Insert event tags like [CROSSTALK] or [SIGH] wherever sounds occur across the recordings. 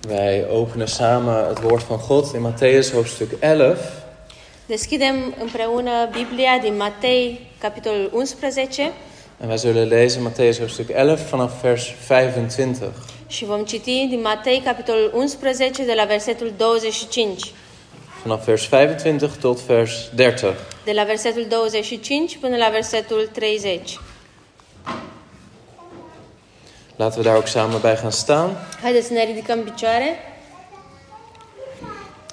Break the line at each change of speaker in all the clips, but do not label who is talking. Wij openen samen het woord van God in Matthäus hoofdstuk 11.
Deschidem împreună Biblia din Matei, capitolul 11,
En wij zullen lezen Matthäus hoofdstuk 11 vanaf vers 25.
și vom citi din Matei, capitolul 11, de la versetul 25.
Vanaf vers 25 tot vers 30.
De la versetul 25 până la versetul 30.
Laten we daar ook samen bij gaan staan.
Haideți să ne ridicăm în picioare.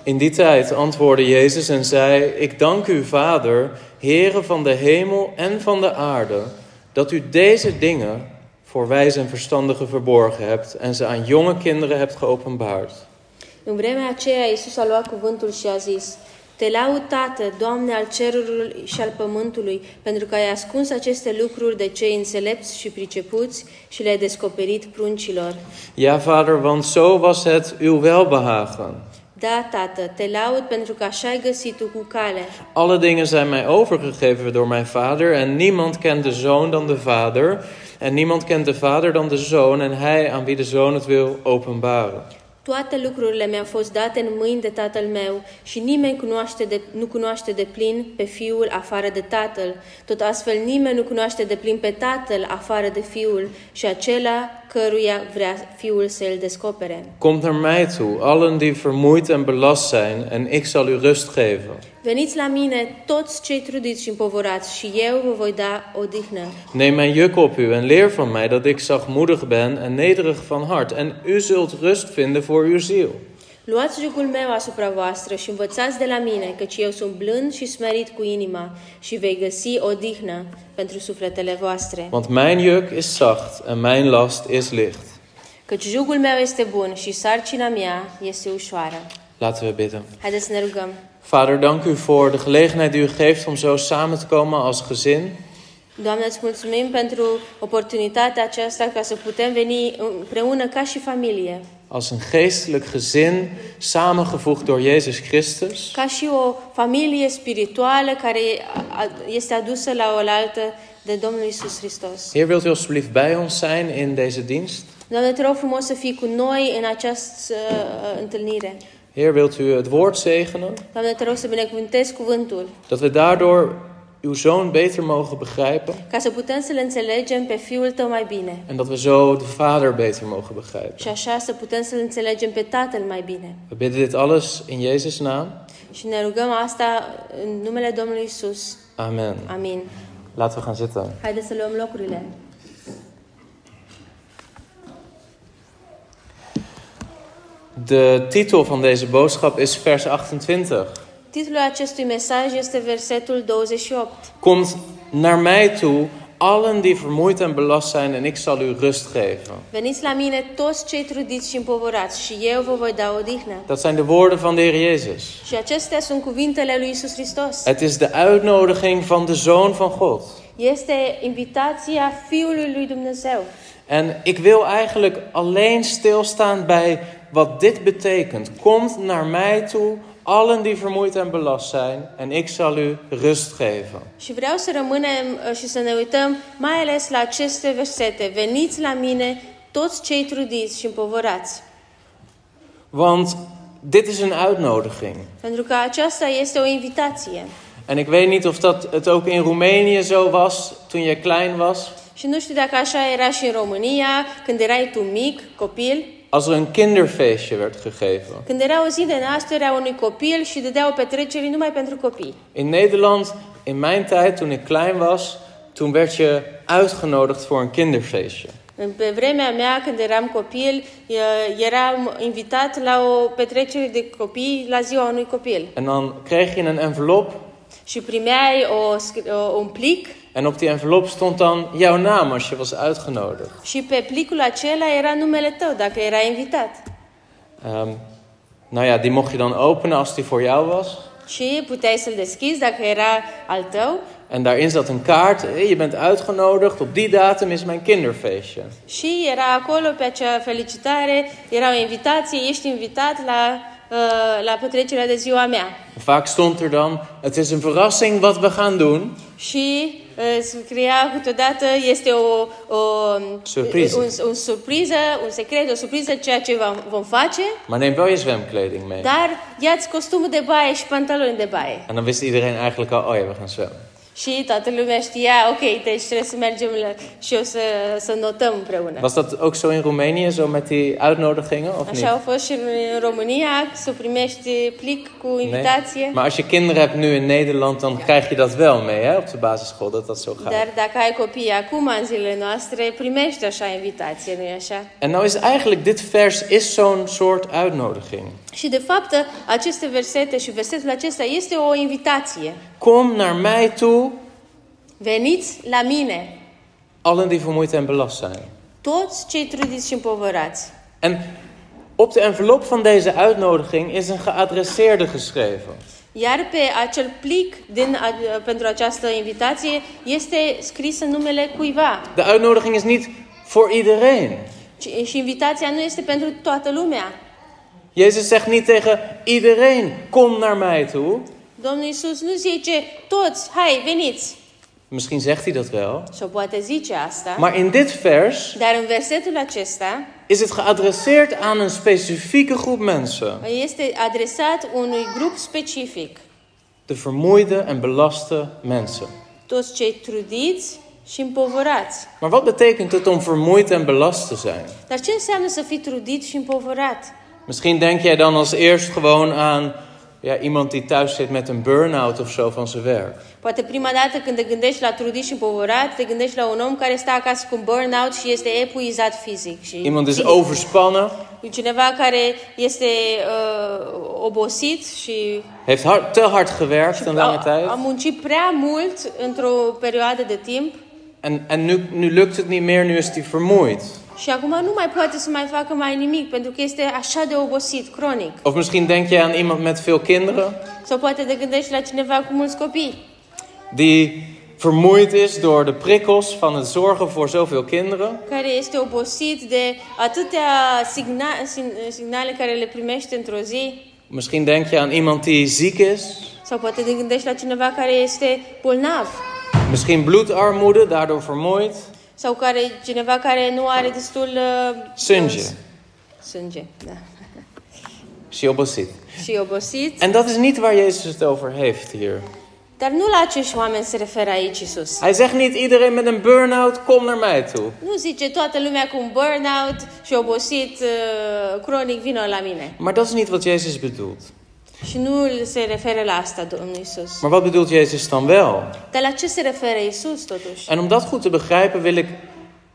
In die tijd antwoordde Jezus en zei: Ik dank u, Vader, Heere van de hemel en van de aarde, dat u deze dingen voor wijze en verstandigen verborgen hebt en ze aan jonge kinderen hebt geopenbaard.
În vremea aceea, Iisus a luat cuvântul și a zis, Te laud, Tată, Doamne al cerului și al pământului, pentru că ai ascuns aceste lucruri de cei înțelepți și pricepuți și le-ai descoperit pruncilor.
Ja, Vader, want zo was het uw welbehagen.
Da, Tată, te laud pentru că așa ai găsit tu cu cale.
Alle dingen zijn mij overgegeven door mijn Vader en niemand kent de Zoon dan de Vader en niemand kent de Vader dan de Zoon en hij aan wie de Zoon het wil openbaren.
Toate lucrurile mi-au fost date în mâini de tatăl meu și nimeni cunoaște de, nu cunoaște de plin pe fiul afară de tatăl. Tot astfel nimeni nu cunoaște de plin pe tatăl afară de fiul și acela căruia vrea fiul să îl descopere.
Kom naar mij toe, allen die vermoeid en belast zijn, en ik zal u rust geven.
Veniți la mine toți cei trudiți și împovorați și eu vă voi da odihnă.
Neem mijn juk op u en leer van mij dat ik zachtmoedig ben en nederig van hart, en u zult rust vinden voor uw ziel.
Luați jugul meu asupra voastră și învățați de la mine, căci eu sunt blând și smerit cu inima și vei găsi odihnă pentru sufletele voastre.
Want mijn juk is zacht en mijn last is licht.
Căci jugul meu este bun și sarcina mea este ușoară.
Laten we bidden.
Haideți să ne rugăm.
Vader, dank u voor de gelegenheid die u geeft om zo samen te komen als gezin.
Doamne, îți mulțumim pentru oportunitatea aceasta ca să putem veni împreună ca și familie,
Als een geestelijk gezin, samengevoegd door Jezus Christus.
ca și o familie spirituală care este adusă la oaltă de Domnul Isus Hristos.
Heer, wilt u alstublieft bij ons zijn in deze dienst?
Doamne, te rog frumos să fii cu noi în această uh, întâlnire.
Heer, wilt u het woord zegenen?
Doamne, te rog să binecuvântezi cuvântul,
Dat we daardoor uw zoon beter mogen begrijpen.
ca să putem să-L înțelegem pe Fiul Tău mai bine.
En dat we zo de Vader beter mogen begrijpen.
Și așa să putem să-L înțelegem pe Tatăl mai bine.
We bidden dit alles in Jezus' naam.
Și ne rugăm asta în numele Domnului Isus.
Amen.
Amin.
Laten we gaan zitten.
Haideți să luăm locurile.
De titel van deze boodschap is vers 28.
Titlul acestui mesaj este versetul 28.
Komt naar mij toe, allen die vermoeid en belast zijn, en ik zal u rust geven.
Veniți la mine toți cei trudiți și împovorați și eu vă voi da odihnă.
Dat zijn de woorden van de Heer Jezus.
Și acestea sunt cuvintele lui Isus Hristos.
Het is de uitnodiging van de Zoon van God.
Este invitația Fiului lui Dumnezeu.
En ik wil eigenlijk alleen stilstaan bij wat dit betekent. Komt naar mij toe, allen die vermoeid en belast zijn, en ik zal u rust geven.
Și vreau să rămânem uh, și să ne uităm mai ales la aceste versete. Veniți la mine toți cei trudiți și împovorați.
Want dit is een uitnodiging.
Pentru că aceasta este o invitație.
En ik weet niet of dat het ook in Roemenië zo was toen je klein was.
Și nu știu dacă așa era și în România, când erai tu mic, copil.
Als er een kinderfeestje werd gegeven.
Când era o zi de naștere a unui copil și dădeau petreceri numai pentru copii.
In Nederland, in mijn tijd toen ik klein was, toen werd je uitgenodigd voor een kinderfeestje.
În- Pe vremea mea, când eram copil, e- eram invitat la o petrecere de copii la ziua unui copil.
En dan kreeg je een envelop
Și primeai o, scr- o, un plic
En op die envelop stond dan jouw naam als je was uitgenodigd.
și pe plicul acela era numele tău, dacă era invitat.
Ehm, nou ja, die mocht je dan openen als die voor jou was.
Și puteai să-l deschizi dacă era al tău
En daarin zat een kaart. Hé, je bent uitgenodigd. Op die datum is mijn kinderfeestje.
Și era acolo pe acea felicitare, era o invitație, ești invitat la, uh, la petrecerea de ziua mea.
Vaak stond er dan: Het is een verrassing wat we gaan doen.
Și uh, scria câteodată este o, o
Surpriză.
Un, un surpriză, un secret, o surpriză, ceea ce vom, vom face.
Maar neem wel je zwemkleding mee.
Dar ia-ți costumul de baie și pantaloni de baie.
En dan wist iedereen eigenlijk al, oh ja, we gaan zwemmen.
Și toată lumea știa, ok, deci trebuie să mergem la, și o să, să notăm împreună.
Was dat ook zo in Roemenië, zo met die uitnodigingen of
Așa
niet?
a fost și în România, să primești plic cu invitație.
Maar als je kinderen hebt nu in Nederland, dan krijg je dat wel mee hè, op de basisschool, dat dat zo gaat.
Dar dacă ai copii acum, în zilele noastre, primești așa invitație, nu-i așa?
En nou is eigenlijk, dit vers is zo'n soort uitnodiging.
Și de fapt, aceste versete și versetul acesta este o invitație.
Kom naar mij toe,
Veniți la mine,
allen die vermoeid en belast zijn.
toți cei trudiți și împovărați.
En op de envelop van deze uitnodiging is een geadresseerde geschreven.
Iar pe acel plic din, a- pentru această invitație este scris în numele cuiva.
De uitnodiging is niet voor iedereen.
Ci- Și invitația nu este pentru toată lumea.
Jezus zegt niet tegen iedereen: kom naar mij toe.
Domnul Isus nu zice, toți, hai, veniți!
Misschien zegt hij dat wel.
Sau poate zice asta.
Maar in dit vers
Dar în versetul acesta,
is het geadresseerd aan een specifieke groep mensen:
Este adresat unui grup specific,
de vermoeide en belaste mensen.
toți cei trudiți și împovărați.
Maar wat betekent het om vermoeid en belast te zijn?
Dar ce înseamnă să fii trudit și împovărat?
Misschien denk jij dan als eerst gewoon aan ja, iemand die thuis zit met een burn-out of zo van zijn werk.
Poate prima dată când te gândești la trudit și împovărat, te gândești la un om care stă acasă cu un burnout și este epuizat fizic. Și
Iemand is
psihic.
overspannen,
Cineva care este uh, obosit și
heeft hard, te hard gewerkt een lange
a, a
tijd.
Da. muncit prea mult într-o perioadă de timp
En, en nu, nu lukt het niet meer, nu is hij vermoeid.
și acum nu mai poate să mai facă mai nimic pentru că este așa de obosit, cronic.
Of misschien denk je aan iemand met veel kinderen
Sau poate te gândești la cineva cu mulți copii,
die vermoeid is door de prikkels van het zorgen voor zoveel kinderen.
care este obosit de atâtea signa- sin- signale care le primește într-o zi.
Misschien denk je aan iemand die ziek is.
Sau poate te gândești la cineva care este bolnav.
Misschien bloedarmoede, daardoor vermoeid.
Sau care, cineva care nu are destul... uh,
Sânge.
s- Sânge, da. [LAUGHS]
Zie obosit.
Și e obosit.
En dat is niet waar Jezus het over heeft hier.
Dar nu la acești oameni se referă aici Isus.
Hij zegt niet iedereen met een burn-out, kom naar mij toe.
Nu zice toată lumea cu un burnout și obosit uh, cronic vină la mine.
Maar dat is niet wat Jezus bedoelt.
Și nu se referă la asta Domnul Isus.
Maar wat bedoelt Jezus dan wel?
Dar la ce se referă Isus totuși?
En om dat goed te begrijpen wil ik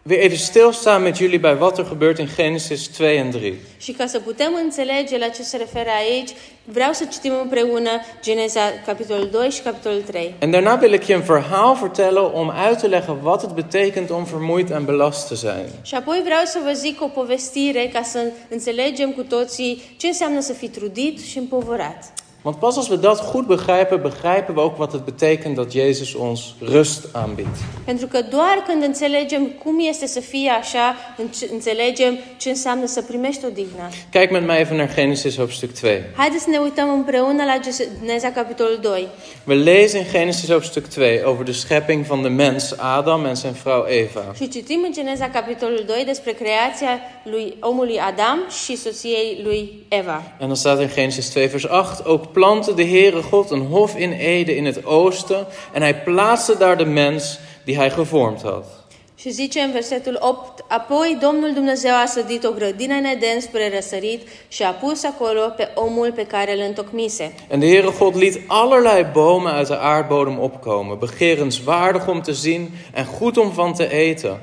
weer even stilstaan met jullie bij wat er gebeurt in Genesis 2 en 3.
Și ca să putem înțelege la ce se referă aici, vreau să citim împreună Geneza capitolul 2 și capitolul 3.
En daarna wil ik je een verhaal vertellen om uit te leggen wat het betekent om vermoeid en belast te zijn.
Și apoi vreau să vă zic o povestire ca să înțelegem cu toții ce înseamnă să fii trudit și împovărat.
Want pas als we dat goed begrijpen, begrijpen we ook wat het betekent dat Jezus ons rust aanbiedt.
Pentru că doar când înțelegem cum este să fie așa, înce- înțelegem ce înseamnă să primești odihna.
Kijk met mij even naar Genesis hoofdstuk 2.
Haideți să ne uităm împreună la Geneza capitolul 2.
We lezen in Genesis hoofdstuk 2 over de schepping van de mens Adam en zijn vrouw Eva.
Și citim în Geneza capitolul 2 despre creația lui omului Adam și soției lui Eva.
En dan staat in Genesis 2 vers 8, ook plantte de Heere God een hof in Ede in het oosten en hij plaatste daar de mens die hij gevormd had.
Și zice în versetul 8, Apoi Domnul Dumnezeu a sădit o grădină în Eden spre răsărit și a pus acolo pe omul pe care îl întocmise.
En de Heere God liet allerlei bomen uit de aardbodem opkomen, begerenswaardig om te zien en goed om van te eten.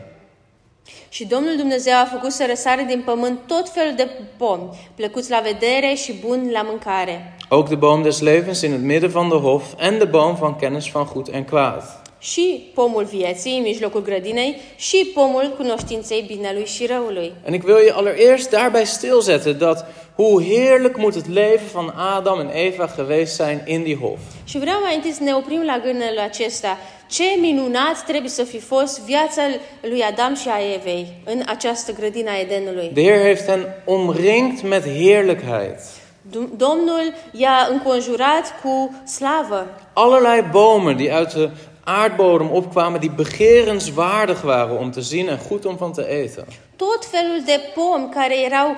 Și Domnul Dumnezeu a făcut să răsare din pământ tot felul de pomi, plăcuți la vedere și buni la mâncare.
Ook de boom des levens in het midden van de hof en de boom van kennis van goed en kwaad.
Și pomul vieții în mijlocul grădinei și pomul cunoștinței binelui și răului.
En ik wil je allereerst daarbij stilzetten dat hoe heerlijk moet het leven van Adam en Eva geweest zijn in die hof.
Și vreau mai întâi să ne oprim la gândul acesta. Ce minunat trebuie să fi fost viața lui Adam și a Evei în această grădină a Edenului.
De Heer heeft hen omringd met heerlijkheid.
Dum- Domnul i-a înconjurat cu slavă.
Allerlei bomen die uit de aardbodem opkwamen die begerenswaardig waren om te zien en goed om van te eten.
Tot felul de pomi care erau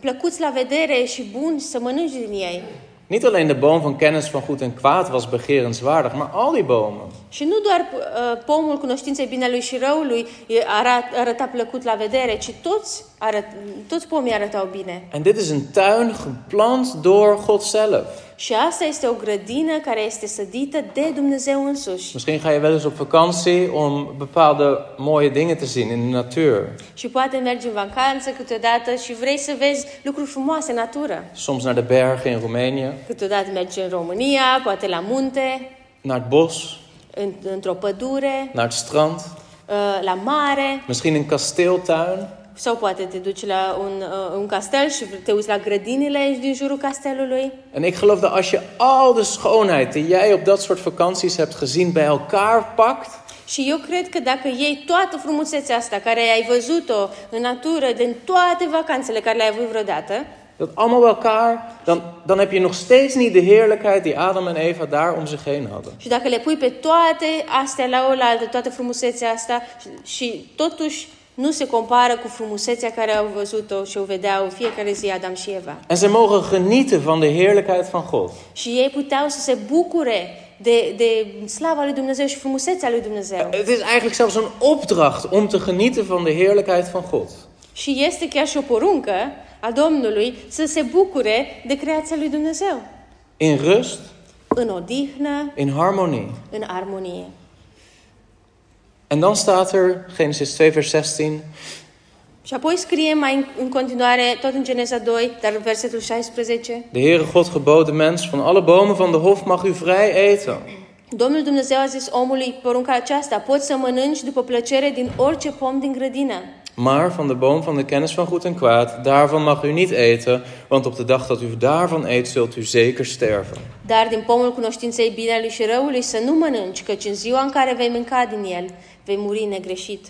plăcuți la vedere și buni să mănânci din ei.
Niet alleen de boom van kennis van goed en kwaad was begerenswaardig, maar al die bomen.
Și nu doar uh, pomul cunoștinței binelui și răului e- arat, arăta plăcut la vedere, ci toți, arăt, toți pomii arătau bine.
En dit is een tuin geplant door God zelf.
Și asta este o grădină care este sădită de Dumnezeu însuși.
Misschien ga je wel eens op vakantie om bepaalde mooie dingen te zien in de natuur.
Și poate mergi în vacanță câteodată și vrei să vezi lucruri frumoase în natură.
Soms naar de bergen in Roemenië,
Câteodată mergi în România, poate la munte,
naar het bos,
în, într-o pădure,
naar het strand,
uh, la mare.
misschien een kasteeltuin.
Sau poate te duci la un, uh, un castel și te uiți la grădinile din jurul castelului.
En ik geloof dat als je al de schoonheid die jij op dat soort vakanties hebt gezien bij elkaar pakt,
Și eu cred că dacă iei toată frumusețea asta care ai văzut-o în natură, din toate vacanțele care le-ai avut vreodată,
dat allemaal bij elkaar, dan, dan heb je nog steeds niet de heerlijkheid die Adam en Eva daar om zich heen hadden.
și dacă le pui pe toate astea la oaltă, toată frumusețea asta, și, și totuși nu se compară cu frumusețea care au văzut-o și o vedeau fiecare zi Adam și Eva.
En ze mogen genieten van de heerlijkheid van God.
Și ei puteau să se bucure de, de slava lui Dumnezeu și frumusețea lui Dumnezeu.
Het is eigenlijk zelfs een opdracht om te genieten van de heerlijkheid van God.
Și este chiar și o poruncă a Domnului să se bucure de creația lui Dumnezeu.
In rust,
În odihnă,
in harmonie.
în armonie.
En dan staat er, Genesis 2, vers 16.
Și apoi scrie mai în- în continuare, tot în Geneza 2, dar în versetul 16.
De Heere God gebood de mens, van alle bomen van de hof mag u vrij eten.
Domnul Dumnezeu a zis omului porunca aceasta, poți să mănânci după plăcere din orice pom din grădină.
Maar van de boom van de kennis van goed en kwaad, daarvan mag u niet eten, want op de dag dat u daarvan eet, zult u zeker sterven.
Dar din pomul cunoștinței binelui și răului să nu mănânci, căci în ziua în care vei mânca din el, vei muri negreșit.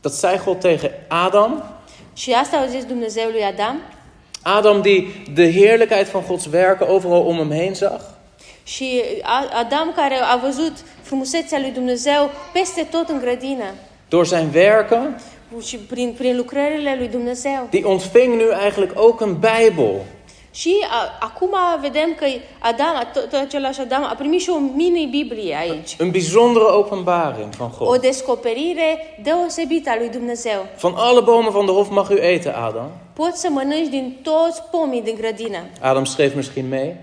Dat zei God tegen Adam.
Și asta au zis Dumnezeu lui Adam
Adam die de heerlijkheid van Gods werken overal om hem heen zag.
și A- Adam care a văzut frumusețea lui Dumnezeu peste tot în grădină
Door zijn werken,
și prin, prin lucrările lui Dumnezeu.
die ontving nu eigenlijk ook een Bijbel.
Și a, acum vedem că Adam, tot, tot același Adam, a primit și o mini-Biblie aici.
Een bijzondere openbaring van
O
God.
descoperire deosebită a lui Dumnezeu.
Van alle bomen van de hof mag u eten, Adam.
Poți să mănânci din toți pomii din grădină.
Adam schreef misschien mee.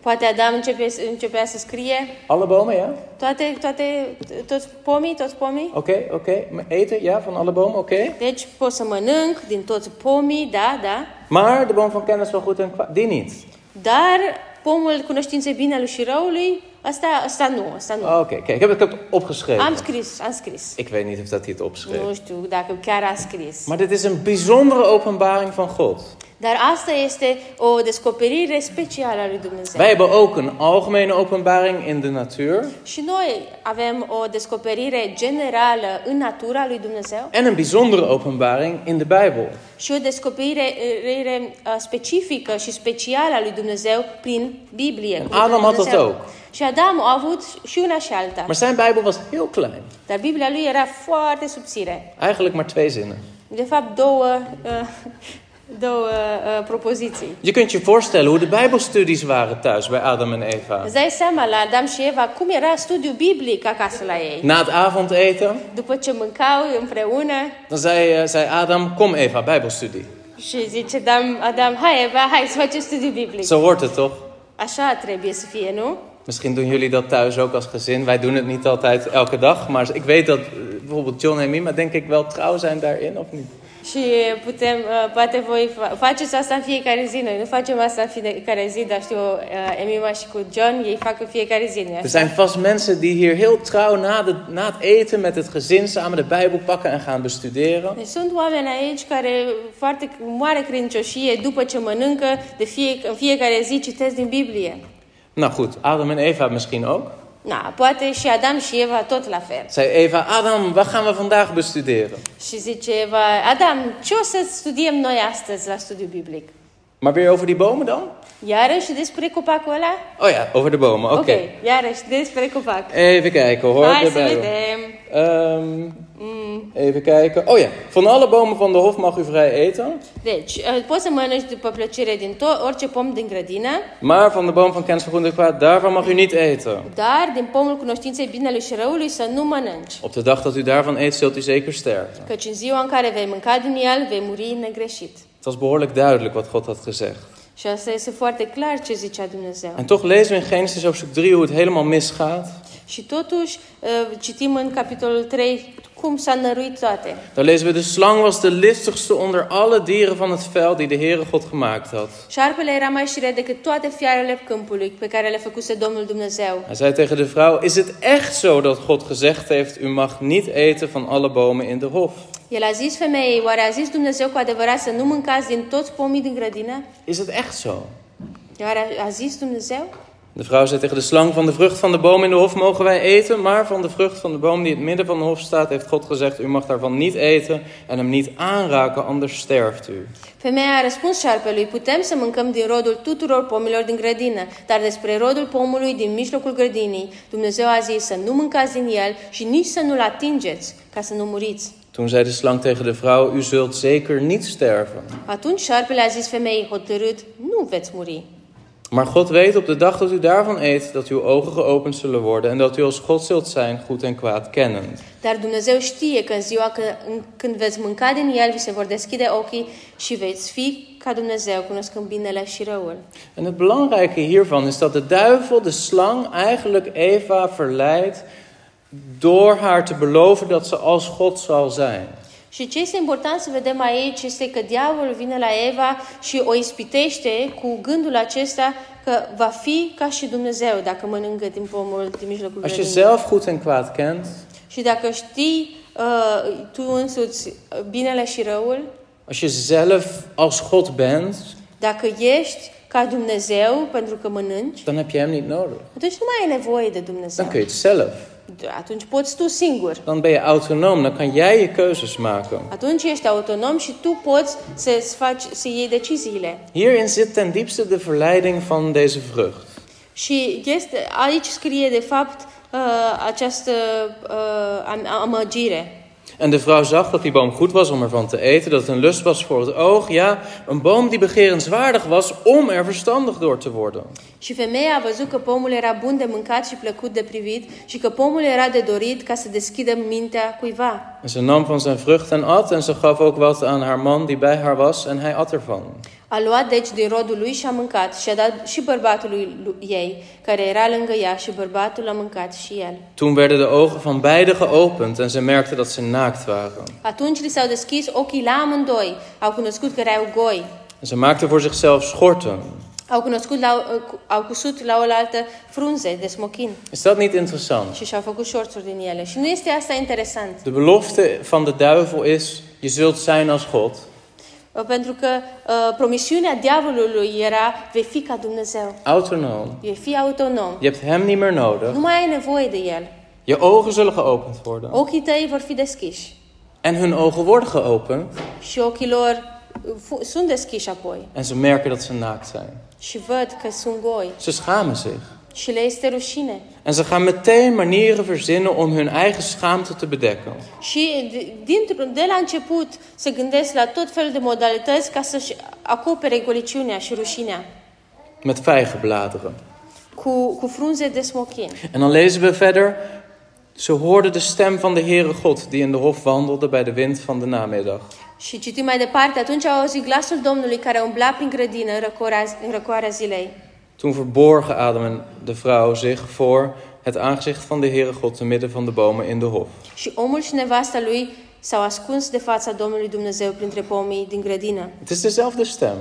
Poate Adam începe, începea să scrie
Alle bomen, ja?
toate, toate, toți pomii, toți pomii.
Oké, oké. Maar Eten, ja, van alle bomen, oké.
Deci pot să mănânc din toți pomii, da, da.
Maar de boom van kennis van goed en kwaad, die niet.
Dar pomul cunoștinței binelui și răului, asta, asta nu, asta nu.
Oh, Oké, kijk, heb ik het opgeschreven?
Am scris, am scris.
Ik weet niet of dat hij het opschreef.
Nu știu dacă chiar a scris.
Maar dit is een bijzondere openbaring van God.
Dar asta este o descoperire specială a lui Dumnezeu.
Wij hebben ook een algemene openbaring in de natuur.
Și noi avem o descoperire generală în natura lui Dumnezeu
En een bijzondere openbaring in de Bijbel.
și o descoperire uh, specifică și specială a lui Dumnezeu prin Biblie. cuvântul
Adam
lui
a tot
Dumnezeu.
ook.
Și Adam a avut și una și alta.
Maar zijn Bijbel was heel klein.
Dar Biblia lui era foarte subțire.
Eigenlijk maar twee zinnen.
De fapt, două, uh, [LAUGHS] două uh, propoziții.
Je kunt je voorstellen hoe de Bijbelstudies waren thuis bij Adam en Eva.
Îți dai seama la Adam și Eva cum era studiu biblic acasă la ei.
Na het avondeten,
După ce mâncau împreună,
dan zei, eh, zei Adam, kom Eva, Bijbelstudie.
Și zice Adam, Adam, hai Eva, hai să facem studiu biblic.
Zo hoort het toch?
Așa trebuie să fie, nu?
Misschien doen jullie dat thuis ook als gezin. Wij doen het niet altijd elke dag. Maar ik weet dat eh, bijvoorbeeld John en Mima denk ik wel trouw zijn daarin, of niet?
Și putem, uh, poate voi fa- faceți asta în fiecare zi. Noi nu facem asta în fiecare zi, dar știu, uh, Emima și cu John, ei fac în fiecare zi. nu
Er zijn vast mensen die hier heel trouw na, de, na het eten met het gezin samen de Bijbel pakken en gaan bestuderen.
Deci sunt oameni aici care foarte mare credincioșie după ce mănâncă, de fie, în fiecare zi citesc din Biblie.
Nou goed, Adam en Eva misschien ook.
Na, poate și Adam și Eva tot la fel.
Zei Eva, Adam, wat gaan we vandaag bestuderen?
Și zice Eva, Adam, ce o să studiem noi astăzi la studiu biblic?
Maar weer over die bomen dan?
Iarăși despre copacul ăla?
Oh ja, over de bomen. Oké.
ok, iarăși despre copac.
Even kijken hoor.
Hai
de
să
Bijbel.
vedem.
Ehm, Even kijken. Oh ja, van alle bomen van de hof mag u vrij eten.
Deci, uh, poți să mănânci după plăcere din tot, orice pom din grădină,
Maar van de boom van kennis van goed en kwaad, daarvan mag u niet eten.
dar din pomul cunoștinței binelui și răului să nu mănânci.
Op de dag dat u daarvan eet, zult u zeker sterven.
Căci în ziua în care vei mânca din el, vei muri negreșit.
Het was behoorlijk duidelijk wat God had gezegd.
Și asta este foarte clar ce zicea Dumnezeu.
En toch lezen we in Genesis hoofdstuk 3 hoe het helemaal misgaat.
Și totuși, uh, citim în capitolul 3 cum s-a năruit toate.
Daar lezen we, de slang was de listigste onder alle dieren van het veld die de Heere God gemaakt had.
Șarpele era mai șiret decât toate fiarele câmpului pe care le făcuse Domnul Dumnezeu.
Hij zei tegen de vrouw, is het echt zo dat God gezegd heeft, u mag niet eten van alle bomen in de hof?
El a zis femeii, oare a zis Dumnezeu cu adevărat să nu mâncați din toți pomii din grădină?
Is het echt zo?
Oare a, a zis Dumnezeu?
De vrouw zei tegen de slang: Van de vrucht van de boom in de hof mogen wij eten, maar van de vrucht van de boom die in het midden van de hof staat, heeft God gezegd: U mag daarvan niet eten en hem niet aanraken, anders sterft u.
Femeia a răspuns șarpelui, putem să mâncăm din rodul tuturor pomilor din grădină, dar despre rodul pomului din mijlocul grădinii, Dumnezeu a zis să nu mâncați din el și nici să nu-l atingeți, ca să nu muriți.
Toen zei de slang tegen de vrouw: U zult zeker niet sterven.
Atunci șarpele a zis femeii hotărât, nu veți muri.
Maar God weet op de dag dat u daarvan eet, dat uw ogen geopend zullen worden en dat u als God zult zijn, goed en kwaad kennend.
Dar Dumnezeu știe că în ziua că- în- când veți mânca din el, vi se vor deschide ochii și veți fi ca Dumnezeu, cunoscând binele și răul.
En het belangrijke hiervan is dat de duivel, de slang, eigenlijk Eva verleidt door haar te beloven dat ze als God zal zijn.
Și ce este important să vedem aici este că diavolul vine la Eva și o ispitește cu gândul acesta că va fi ca și Dumnezeu dacă mănâncă din pomul din mijlocul
Als je
grădinii.
zelf goed en kwaad kent,
Și dacă știi uh, tu însuți uh, binele și răul,
als je zelf als God bent,
dacă ești ca Dumnezeu pentru că mănânci,
dan heb je Hem niet nodig.
atunci nu mai ai nevoie de
Dan
Dumnezeu.
kun je het zelf.
Atunci poți tu singur.
Dan ben je autonoom, dan kan jij je keuzes maken.
Atunci ești autonom și tu poți să-ți faci, să iei deciziile.
Hierin zit ten diepste de verleiding van deze vrucht.
Și este, aici scrie, de fapt, uh, această uh, am- amăgire.
En de vrouw zag dat die boom goed was om ervan te eten, dat het een lust was voor het oog. Ja, een boom die begerenswaardig was om er verstandig door te worden.
Și femeia a văzut că pomul era bun de mâncat și plăcut de privit și că pomul era de dorit ca să deschidă mintea cuiva.
En ze nam van zijn vrucht en at, en ze gaf ook wat aan haar man die bij haar was, en hij at ervan.
A luat deci din rodul lui și a mâncat și a dat și bărbatului lu- ei, care era lângă ea și bărbatul a mâncat și el.
Toen werden de ogen van beiden geopend en ze merkten dat ze naakt waren.
Atunci li s-au deschis ochii la amândoi, au cunoscut că erau goi,
En ze maakten voor zichzelf schorten.
au cunoscut la, uh, au cusut la oaltă frunze de smochin.
Is dat niet interessant?
Și și-au făcut șorțuri din ele. Și nu este asta interesant.
De belofte van de duivel is: je zult zijn als God.
Pentru că uh, promisiunea diavolului era vei fi ca Dumnezeu.
Autonoom.
Vei fi autonom.
Je hebt hem niet meer nodig.
Nu mai ai nevoie de el.
Je ogen zullen geopend worden.
Ochii tăi vor fi deschiși.
En hun ogen worden geopend.
Și ochii lor uh, fu- sunt deschiși apoi.
En ze merken dat ze naakt zijn.
Și văd că sunt goi.
Ze schamen zich.
Și le este rușine.
En ze gaan meteen manieren verzinnen om hun eigen schaamte te bedekken.
Și d- dintr-un, de la început se gândesc la tot felul de modalități ca să-și acopere goliciunea și rușinea
Met vijgenbladeren.
cu, cu frunze de smochin.
En dan lezen we verder. Ze hoorden de stem van de Heere God die in de hof wandelde bij de wind van de namiddag.
Și citim mai departe, atunci au auzit glasul Domnului care umbla prin grădină în răcoarea, în răcoarea zilei.
Toen verborgen Adam en de vrouw zich voor het aangezicht van de Heere God te midden van de bomen in de hof.
Și omul și nevasta lui s-au ascuns de fața Domnului Dumnezeu printre pomii din grădină.
Het is dezelfde stem.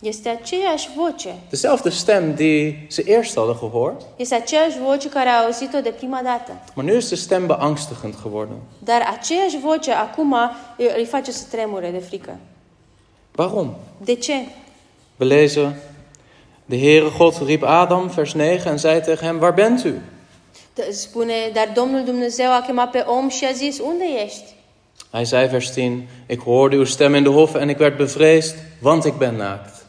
Este aceeași voce.
Dezelfde stem die ze eerst hadden gehoord.
Este aceeași voce care a auzit-o de prima dată.
Maar nu is de stem beangstigend geworden.
Dar aceeași voce acum î- îi face să tremure de frică.
Waarom?
De ce?
We lezen. De Heere God riep Adam, vers 9, en zei tegen hem: Waar bent u?
D- Spune, dar Domnul Dumnezeu a chemat pe om și a zis, unde ești?
Hij zei, vers 10: Ik hoorde uw stem in de hof en ik werd bevreesd, want ik ben naakt.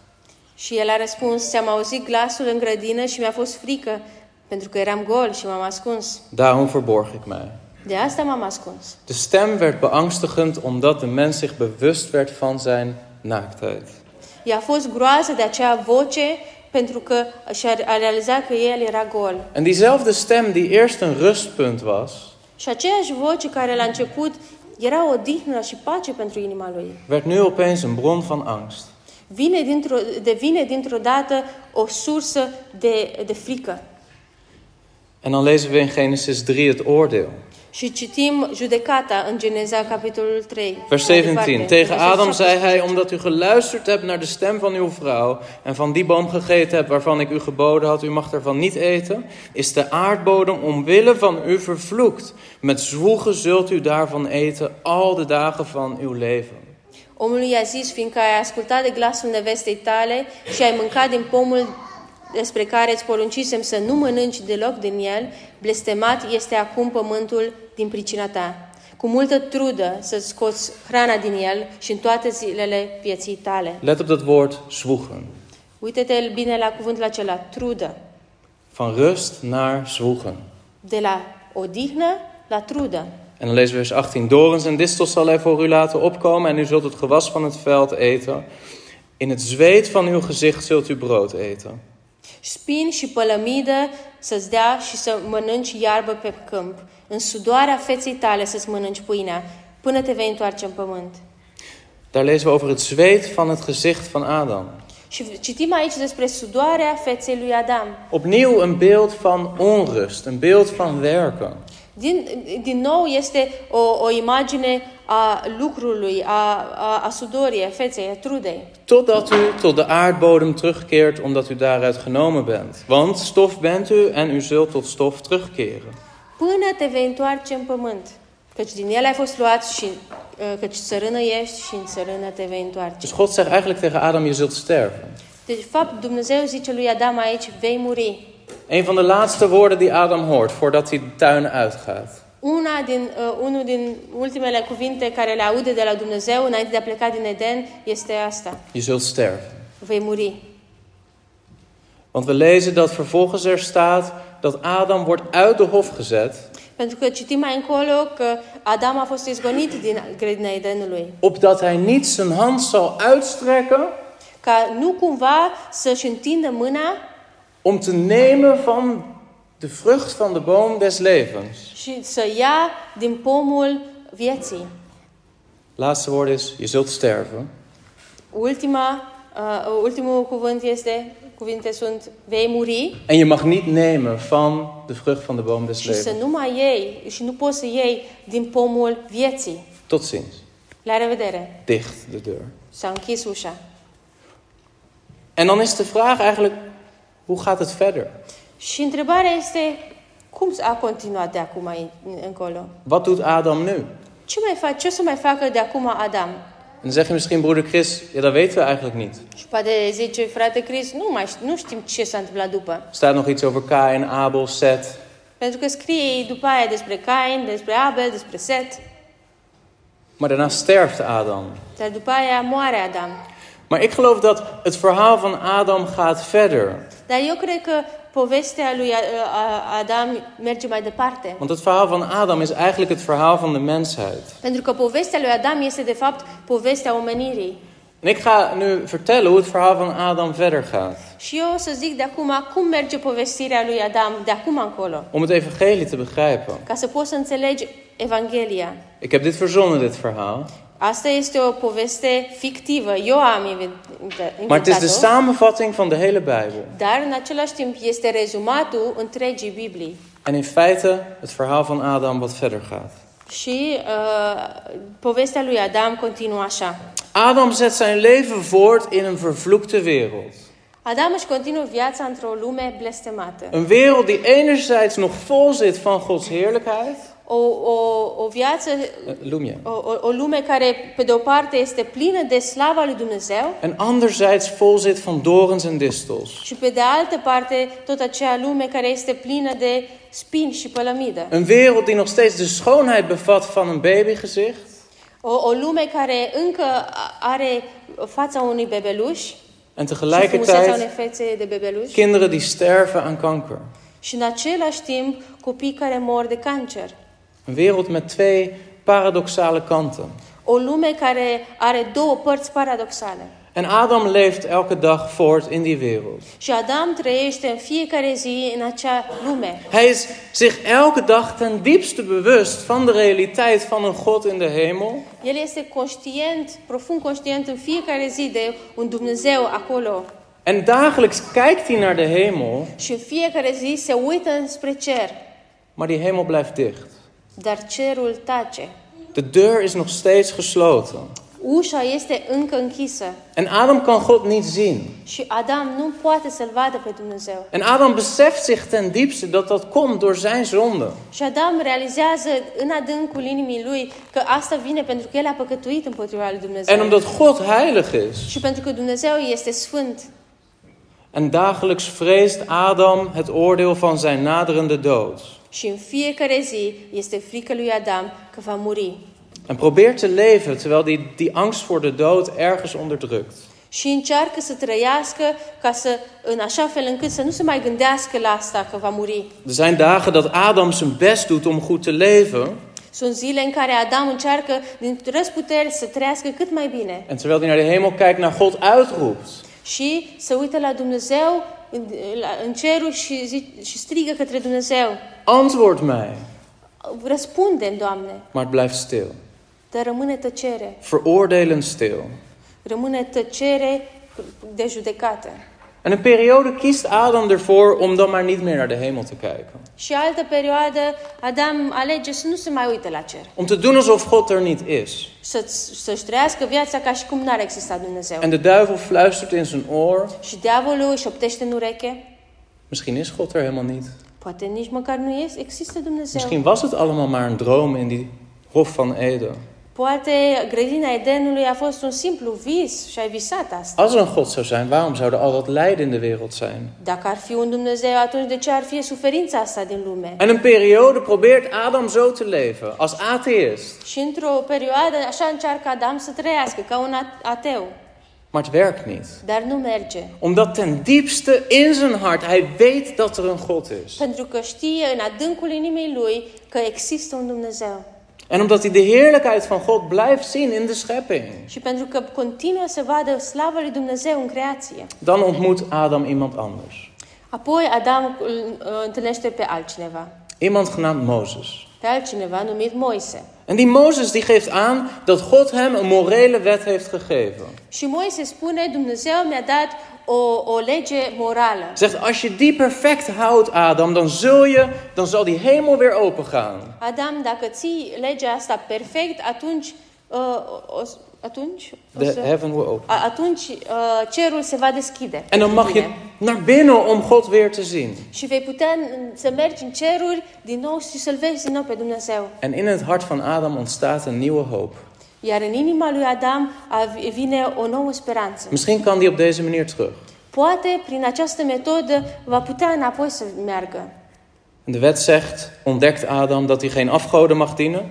Și el a răspuns, ți-am auzit glasul în grădină și mi-a fost frică, pentru că eram gol și m-am ascuns.
Daarom verborg ik mij.
De asta m-am ascuns.
De stem werd beangstigend omdat de mens zich bewust werd van zijn naaktheid.
I-a fost groază de acea voce pentru că și-a a realizat că el era gol.
En diezelfde stem die eerst een rustpunt was,
Și aceeași voce care la început era o dihnă și pace pentru inima lui,
werd nu opeens een bron van angst.
vine dintr-o, devine dintr-o dată o sursă de, de frică.
En dan lezen we in Genesis 3 het oordeel.
Și citim judecata în Geneza, capitolul 3.
Vers
Mai
17.
departe,
Tegen Adam
versetul
zei hij, omdat u geluisterd hebt naar de stem van uw vrouw en van die boom gegeten hebt waarvan ik u geboden had, u mag daarvan niet eten, is de aardbodem omwille van u vervloekt. Met zwoegen zult u daarvan eten al de dagen van uw leven.
Omului i-a zis, fiindcă ai ascultat de glasul nevestei tale și ai mâncat din pomul despre care îți poruncisem să nu mănânci deloc din el, blestemat este acum pământul din pricina ta. Cu multă trudă să-ți scoți hrana din el și în toate zilele vieții tale.
Let op dat woord zwoegen.
Uită-te bine la cuvântul acela, trudă.
Van rust naar zwoegen.
De la odihnă la trudă.
En dan lezen we vers 18. Dorens en distels zal hij voor u laten opkomen en u zult het gewas van het veld eten. In het zweet van uw gezicht zult u brood eten.
Spin și pălămidă să-ți dea și să mănânci iarbă pe câmp. În sudoarea feței tale să-ți mănânci pâinea, până te vei întoarce în pământ.
Daar lezen we over het zweet van het gezicht van Adam.
Și citim aici despre sudoarea feței lui Adam.
Opnieuw een beeld van onrust, een beeld van werken.
Din, din nou este o, o imagine a lucrului, a, a, a sudorii, a feței, a trudei.
Totdat u tot de aardbodem terugkeert omdat u daaruit genomen bent. Want stof bent u en u zult tot stof terugkeren.
Până te vei întoarce în pământ, căci din el ai fost luat și uh, căci țărână ești și în țărână te vei întoarce.
Dus God zegt eigenlijk tegen Adam, je zult sterven.
Deci, de fapt, Dumnezeu zice lui Adam aici, vei muri.
Een van de laatste woorden die Adam hoort voordat hij de tuin uitgaat.
Una din, uh, unul din ultimele cuvinte care le aude de la Dumnezeu înainte de a pleca din Eden este asta.
Je zult sterven.
Vei muri.
Want we lezen dat vervolgens er staat dat Adam wordt uit de hof gezet.
Pentru că citim mai încolo că Adam a fost izgonit din grădina Edenului.
Opdat hij niet zijn hand zal uitstrekken
Ca nu cumva să-și întindă mâna
om te nemen van de vrucht van de boom des levens.
și să ia din pomul vieții.
Laatste woord is, je zult sterven.
Ultima, uh, ultimul cuvânt este, cuvinte sunt, vei muri
En je mag niet nemen van de vrucht van de boom des
și să
levens.
nu mai iei și nu poți să iei din pomul vieții.
Tot ziens.
La revedere!
Dicht de deur.
S-a închis ușa.
En dan is de vraag eigenlijk, hoe gaat het verder?
Și întrebarea este, cum a continuat de acum ai- încolo?
Wat doet Adam nu?
Ce, mai fac, ce o să mai facă de acum Adam?
En dan zeg je misschien, broeder Chris, ja, dat weten we eigenlijk niet.
Și poate zice, frate Cris, nu mai ș- nu știm ce s-a întâmplat după.
Er staat nog iets over Kain, Abel, Seth.
Pentru că scrie ei după aia despre Cain, despre Abel, despre Set,
Maar daarna sterft Adam.
dar după aia moare Adam.
Maar ik geloof dat het verhaal van Adam gaat verder.
Dar eu cred că povestea lui A- A- Adam merge mai departe.
Want het verhaal van Adam is eigenlijk het verhaal van de mensheid.
Pentru că povestea lui Adam este de fapt povestea omenirii.
En ik ga nu vertellen hoe het verhaal van Adam verder gaat.
Și eu o să zic de acum cum merge povestirea lui Adam de acum încolo.
Om het evangelie te begrijpen.
Ca să poți să înțelegi Evanghelia.
Ik heb dit verzonnen, dit verhaal.
Asta este o poveste fictivă. Eu am invent- inventat-o.
Maar het is de samenvatting van de hele Bijbel.
Dar în același timp este rezumatul întregii Biblii.
En in feite het verhaal van Adam wat verder gaat.
Și uh, povestea lui Adam continuă așa.
Adam zet zijn leven voort in een vervloekte wereld.
Adam își continuă viața într-o lume blestemată.
Een wereld die enerzijds nog vol zit van Gods heerlijkheid.
O, o, o viață,
Eh, Lumia.
o, o, o lume care pe de o parte este plină de slava lui Dumnezeu
En anderzijds vol zit van dorens en distels.
și pe de altă parte tot acea lume care este plină de spini și pălămidă.
Een wereld die nog steeds de schoonheid bevat van een Dus babygezicht.
O, o lume care încă a- are fața unui bebeluș
En
și frumusețea unei
tegelijkertijd
fețe de bebeluș.
kinderen die sterven aan kanker.
Și în același timp, copii care mor de cancer.
Een wereld met twee paradoxale kanten.
O lume care are două părți paradoxale.
En Adam leeft elke dag voort in die wereld.
Și Adam trăiește în fiecare zi în acea lume.
Hij is zich elke dag ten diepste bewust van de realiteit van een God in de hemel.
El este conștient, profund conștient în fiecare zi de un Dumnezeu acolo.
En dagelijks kijkt hij naar de hemel,
Și în fiecare zi se uită înspre cer.
maar die hemel blijft dicht.
Dar cerul tace.
De deur is nog steeds gesloten.
Ușa este încă închisă.
En Adam kan God niet zien.
Și Adam nu poate să-L vadă pe Dumnezeu.
En Adam beseft zich ten diepste dat dat komt door zijn zonde.
Și Adam realizează în adâncul inimii lui că asta vine pentru că el a păcătuit împotriva lui Dumnezeu.
En omdat God heilig is.
Și pentru că Dumnezeu este sfânt.
En dagelijks vreest Adam het oordeel van zijn naderende dood.
Și în fiecare zi este frică lui Adam că va muri.
En probeert te leven terwijl hij die angst voor de dood ergens onderdrukt.
Și încearcă să trăiască ca să, în așa fel încât să nu se mai gândească la asta că va muri.
Er zijn dagen dat Adam zijn best doet om goed te leven.
Sunt zile în care Adam încearcă din răzputeri să trăiască cât mai bine
En terwijl hij naar de hemel kijkt, naar God uitroept.
și să uită la Dumnezeu în, la- în cerul și, zi- și strigă către Dumnezeu.
Antwoord mij.
Răspunde, Doamne,
Maar het blijft stil.
dar rămâne tăcere.
Veroordelend stil.
Rămâne tăcere de judecată.
En een periode kiest Adam ervoor om dan maar niet meer naar de hemel te kijken.
Și altă perioadă, Adam alege să nu se mai uite la cer.
Om te doen alsof God er niet is.
Să, să-și trăiască viața ca și cum n-ar exista Dumnezeu.
En de duivel fluistert in zijn oor:
Și diavolul își optește în ureche.
Misschien is God er helemaal niet.
Poate nici măcar nu este, există Dumnezeu.
Misschien was het allemaal maar een droom in die Hof van Eden.
Poate grădina Edenului a fost un simplu vis și ai visat asta.
Als er een God zou zijn, waarom zou er al dat lijden in de wereld zijn?
Dacă ar fi un Dumnezeu, atunci de ce ar fi suferința asta din lume?
En een periode probeert Adam zo te leven, als atheïst.
Și într-o perioadă așa încearcă Adam să trăiască ca un at- ateu,
Maar het werkt niet.
dar nu merge.
Omdat ten diepste in zijn hart hij weet dat er een God is.
Pentru că știe în adâncul inimii lui că există un Dumnezeu.
En omdat hij de heerlijkheid van God blijft zien in de schepping.
Și pentru că continuă să vadă slava lui Dumnezeu în creație.
Dan ontmoet Adam iemand anders.
Apoi Adam îl uh, întâlnește pe altcineva,
Iemand genaamd Mozes.
pe altcineva numit Moise.
En die Mozes die geeft aan dat God hem een morele wet heeft gegeven.
Și Moise spune, Dumnezeu mi-a dat o, o lege morală.
Zegt, als je die perfect houdt, Adam, dan zul je, dan zal die hemel weer opengaan.
Adam, dacă ții legea asta perfect, atunci uh, o, o, atunci o
The
să-
heaven will open.
a- atunci uh, cerul se va deschide.
En dan mag
pentru
je
tine.
naar binnen om God weer te zien.
Și vei putea în- să mergi în ceruri din nou și să-l vezi din nou pe Dumnezeu.
En in het hart van Adam ontstaat een nieuwe hoop.
Iar în inima lui Adam a- vine o nouă speranță.
Misschien kan die op deze manier terug.
Poate prin această metodă va putea înapoi să meargă.
En de wet zegt, ontdekt Adam dat hij geen afgoden mag dienen.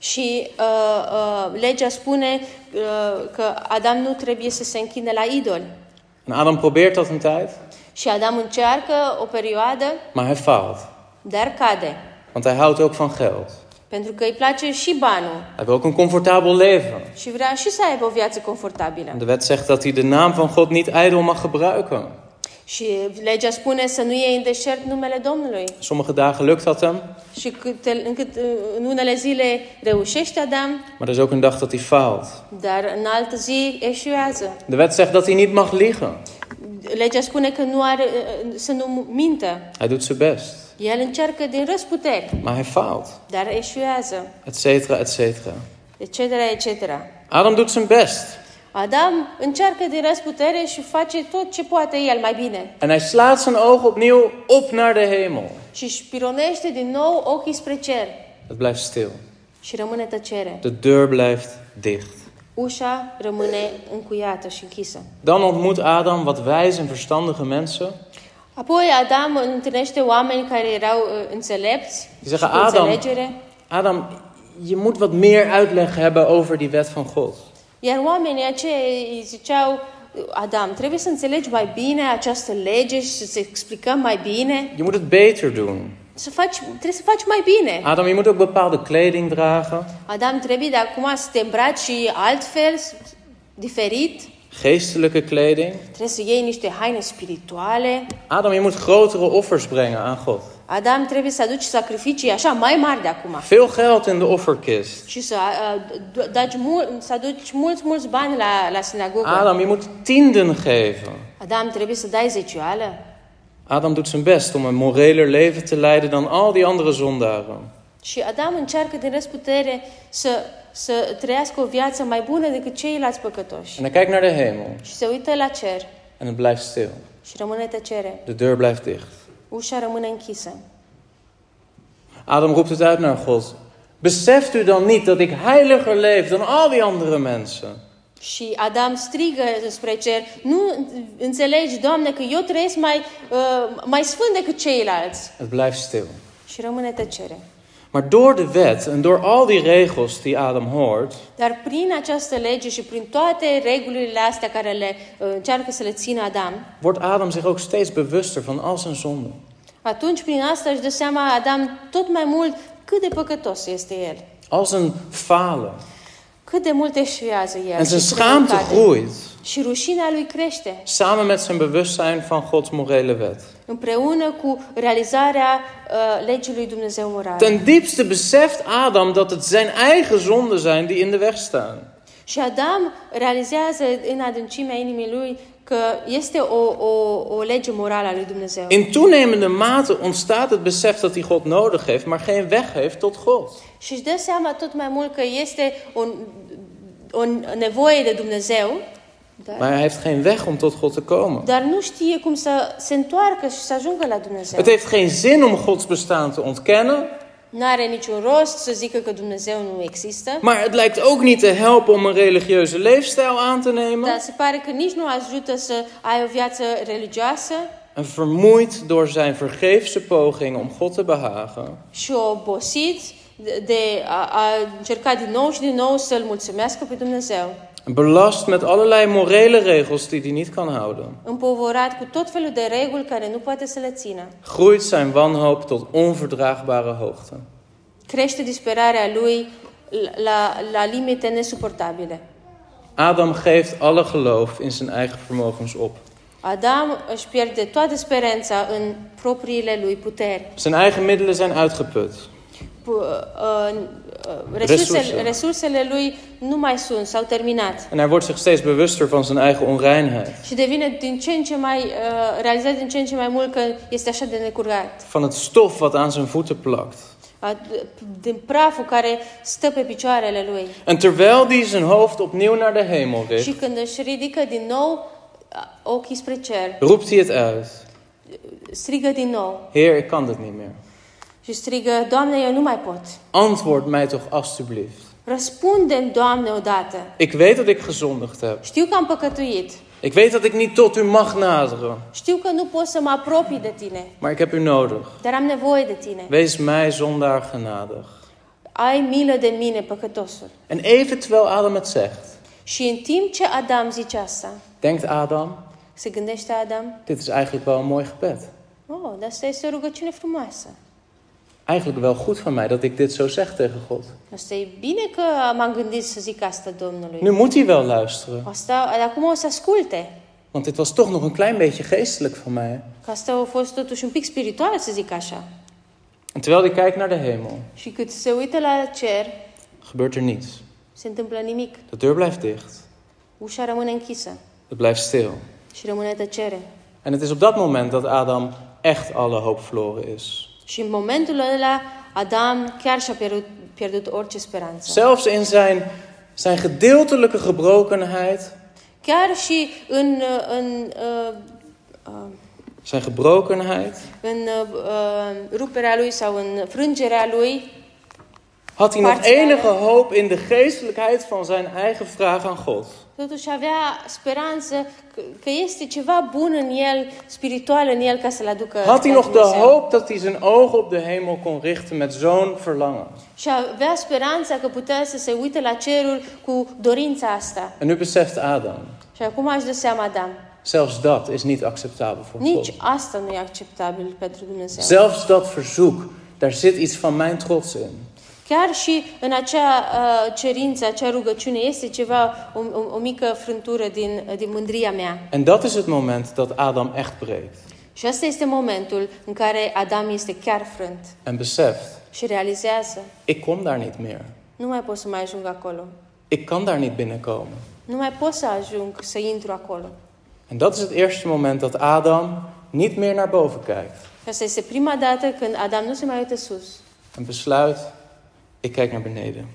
Și uh, uh, legea spune uh, că Adam nu trebuie să se închine la idol.
En Adam probeert dat een tijd,
Și Adam încearcă o perioadă,
maar hij faalt.
dar cade.
Want hij houdt ook van geld.
Pentru că îi place și banul
Hij wil ook een comfortabel leven.
și vrea și să aibă o viață confortabilă.
En de wet zegt dat hij de naam van God niet ijdel mag gebruiken.
Și legea spune să nu iei în deșert numele Domnului.
Sommige dagen lukt dat hem,
Și câte, încât, uh, în unele zile reușește Adam,
maar er is ook een dag dat hij faalt.
dar în altă zi eșuează.
De wet zegt dat hij niet mag liegen.
Legea spune că nu are, uh, să nu mintă.
Hij doet zijn best,
El încearcă din răsputeri,
maar hij faalt.
dar eșuează.
Et cetera, et cetera.
etc., etc.
Adam doet zijn best.
Adam încearcă din răzputere și face tot ce poate el mai bine
En hij slaat zijn oog opnieuw op naar de hemel.
și își pironește din nou ochii spre cer
Het blijft stil.
și rămâne tăcere.
De deur blijft dicht.
Ușa rămâne încuiată și închisă.
Dan ontmoet Adam wat wijze en verstandige mensen.
Apoi Adam întâlnește oameni care erau uh, înțelepți
Die zeggen,
și cu
Adam.
înțelegere,
Adam, je moet wat meer uitleg hebben over die wet van God.
iar oamenii aceia îi ziceau, Adam, trebuie să înțelegi mai bine această lege și să-ți explicăm mai bine.
Je moet het beter doen.
Să faci, trebuie să faci mai bine.
Adam, je moet ook bepaalde kleding dragen.
Adam, trebuie de acum să te îmbraci și altfel, s- diferit.
Geestelijke kleding.
Trebuie să iei niște haine spirituale.
Adam, je moet grotere offers brengen aan God.
Adam, trebuie să aduci sacrificii așa mai mari de acum.
Veel geld in de offerkist.
Și să, uh, dai mul- să aduci mulți, mulți bani la, la sinagogă.
Adam, je moet tienden geven.
Adam, trebuie să dai zecioală.
Adam doet zijn best om een moreler leven te leiden dan al die andere zondaren.
Și Adam încearcă din răsputere să, să trăiască o viață mai bună decât ceilalți păcătoși.
En hij kijkt naar de hemel
Și se uită la cer
en het blijft stil.
și rămâne tăcere.
De deur blijft dicht.
Ușa rămâne închisă.
Adam roept het uit naar God. Beseft u dan niet dat ik heiliger leef dan al die andere mensen?
Și Adam strigă spre cer, nu înțelegi, Doamne, că eu trăiesc mai, uh, mai sfânt decât ceilalți.
Het blijft stil.
Și rămâne tăcere.
Maar door de wet en door al die regels die Adam hoort,
Dar prin această lege și prin toate regulile astea care le uh, încearcă să le țină Adam,
wordt Adam zich ook steeds bewuster van al zijn zonden.
atunci prin asta își dă seama Adam tot mai mult cât de păcătos este el.
Al zijn falen.
Cât de mult eșuează el.
En zijn
și
schaamte
provocare.
groeit.
Și rușinea lui crește,
Samen met zijn bewustzijn van Gods morele wet.
împreună cu realizarea uh, legii lui Dumnezeu moral.
Ten diepste beseft Adam dat het zijn eigen zonden zijn die in de weg staan.
Și Adam realizează în adâncimea inimii lui că este o, o, o lege morală a lui Dumnezeu.
In toenemende mate ontstaat het besef dat hij God nodig heeft, maar geen weg heeft tot God.
Și își dă seama tot mai mult că este o, o nevoie de Dumnezeu, dar,
Maar hij heeft geen weg om tot God te komen.
dar nu știe cum să se întoarcă și să ajungă la Dumnezeu.
Het heeft geen zin om Gods bestaan te ontkennen,
Nu are niciun rost să zică că Dumnezeu nu există,
maar het lijkt ook niet te helpen om een religieuze leefstijl aan te
dar
nemen.
se pare că nici nu ajută să ai o viață religioasă
En vermoeid door zijn vergeefse poging om God te behagen,
și obosit de- de a, a încerca din nou și din nou să-L mulțumească pe Dumnezeu,
belast met allerlei morele regels die hij niet kan houden,
împovorat cu tot felul de reguli care nu poate să le țină.
groeit zijn wanhoop tot onverdraagbare hoogte.
Crește disperarea lui la- la, la limite nesuportabile.
Adam geeft alle geloof in zijn eigen vermogens op.
Adam își pierde toată speranța în propriile lui puteri.
Zijn eigen middelen zijn uitgeput.
Pu- uh, uh, Resursele,
Resurse.
resursele lui nu mai sunt, s-au terminat.
En hij wordt zich steeds bewuster van zijn eigen onreinheid.
Și devine din ce în ce mai, uh, realizat din ce în ce mai mult că este așa de necurgat.
Van het stof wat aan zijn voeten plakt.
A- Din praful care stă pe picioarele lui.
En terwijl hij zijn hoofd opnieuw naar de hemel richt,
Și când își ridică din nou a, ochii spre cer,
roept hij het uit.
strigă din nou
Heer, ik kan dit niet meer.
și strigă, Doamne, eu nu mai pot.
Antwoord mij toch alstublieft.
Răspunde-mi, Doamne, odată.
Ik weet dat ik gezondigd heb.
Știu că am păcătuit.
Ik weet dat ik niet tot u mag naderen.
Știu că nu pot să mă apropii de tine,
Maar ik heb u nodig.
dar am nevoie de tine.
Wees mij zondaar genadig.
Ai milă de mine, păcătosul.
En even terwijl Adam het zegt,
Și în timp ce Adam zice asta,
denkt Adam,
se gândește Adam,
dit is eigenlijk wel een mooi gebed.
oh, dar asta este o rugăciune frumoasă.
Eigenlijk wel goed van mij dat ik dit zo zeg tegen God.
Asta e bine că m-am gândit să zic asta Domnului.
Nu moet hij wel luisteren,
Asta, de acum o să asculte.
want dit was toch nog een klein beetje geestelijk van mij.
Că asta a fost totuși un pic spiritual, să zic așa.
En terwijl hij kijkt naar de hemel,
Și cât se uită la cer,
gebeurt er niets.
se întâmplă nimic.
De deur blijft dicht,
Ușa rămâne închisă
het blijft stil.
și rămâne tăcere.
En het is op dat moment dat Adam echt alle hoop verloren is.
Și în momentul ăla, Adam chiar și-a pierdut, pierdut orice speranță.
Zelfs in zijn, zijn gedeeltelijke gebrokenheid,
Chiar și în, uh, în, uh, uh,
zijn gebrokenheid,
în uh, uh, ruperea lui sau în frângerea lui,
had hij nog
Partiële.
enige hoop in de geestelijkheid van zijn eigen vraag aan God.
totuși avea speranță că, că este ceva bun în el, spiritual în el, ca să-l aducă
Had hij
la
nog de
Dumnezeu.
hoop dat hij zijn ogen op de hemel kon richten met zo'n verlangen?
Și avea speranța că putea să se uite la cerul cu dorința asta.
En nu beseft Adam,
Și acum aș dă seama, Adam,
zelfs dat is niet acceptabel voor
nici
God.
asta nu e acceptabil pentru Dumnezeu.
Zelfs dat verzoek, daar zit iets van mijn trots in.
Chiar și în acea uh, cerință, acea rugăciune, este ceva, o, o, o mică frântură din, din mândria mea.
En dat is het moment dat Adam echt breekt
Și asta este momentul în care Adam este chiar frânt
en beseft,
și realizează,
ik kom daar niet meer.
nu mai pot să mai ajung acolo.
Ik kan daar niet binnenkomen.
Nu mai pot să ajung să intru acolo.
En dat is het eerste moment dat Adam niet meer naar boven kijkt
Și asta este prima dată când Adam nu se mai uită sus
en besluit, ik kijk naar beneden.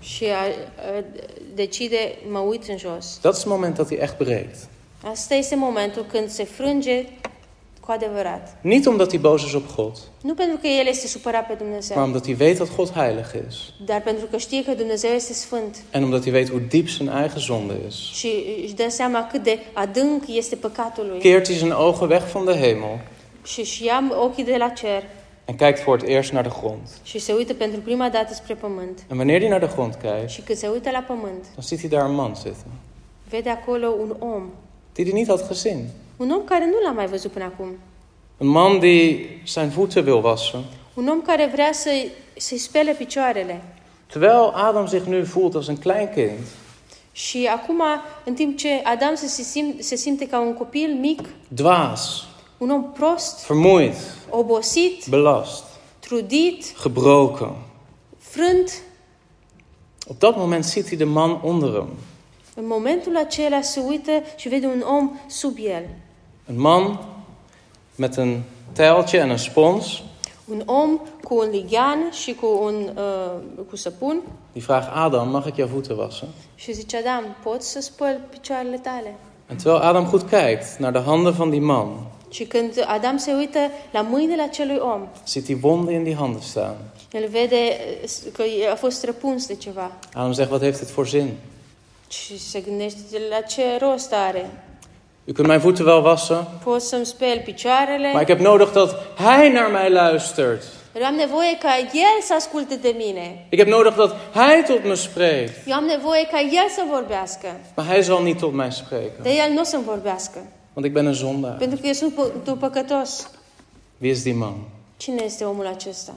și a, a, decide, mă uit în jos.
Dat is het moment dat hij echt breekt.
Asta este momentul când se frânge cu adevărat.
Niet omdat hij boos is op God,
Nu pentru că el este supărat pe Dumnezeu,
maar omdat hij weet dat God heilig is.
dar pentru că știe că Dumnezeu este sfânt
En omdat hij weet hoe diep zijn eigen zonde is.
și își dă seama cât de adânc este păcatul lui
Keert hij zijn ogen weg van de hemel
și își ia ochii de la cer
en kijkt voor het eerst naar de grond.
și se uită pentru prima dată spre pământ.
En wanneer hij naar de grond kijkt,
Și când se uită la pământ,
dan ziet hij daar een man zitten.
vede acolo un om.
Die hij niet had gezien.
Un om care nu l-a mai văzut până acum.
Een man die zijn voeten wil wassen.
Un om care vrea să-i, să-i spele picioarele.
Terwijl Adam zich nu voelt als een klein kind,
Și acum, în timp ce Adam se, se, sim, se simte ca un copil mic,
dwaas,
un om prost,
vermoeid,
obosit,
belast,
trudit,
gebroken.
frânt,
Op dat moment ziet hij de man onder hem.
în momentul acela se uită și vede un om sub el.
Een man met een tijltje en een spons.
Un om cu un lighean și cu un uh, cu săpun
Die vraagt Adam, mag ik jouw voeten wassen?
și zice, Adam, poți să spăl picioarele tale?
En terwijl Adam goed kijkt naar de handen van die man,
Și când Adam se uită la mâinile acelui om,
ziet hij wonden in die handen staan.
el vede uh, că a fost răpuns de ceva
Adam zegt, wat heeft dit voor zin?
și se gândește la ce rost are.
U kunt mijn voeten wel wassen,
Poți să-mi speli picioarele?
maar ik heb nodig dat hij naar mij luistert.
Eu am nevoie ca el să asculte de mine.
Ik heb nodig dat hij tot me spreekt.
Eu am nevoie ca el să vorbească.
Maar hij zal niet tot mij spreken,
De el nu o să-mi vorbească.
want ik ben een zondaar.
Pentru că eu sunt pă- tu păcătos.
Wie is die man?
Cine este omul acesta?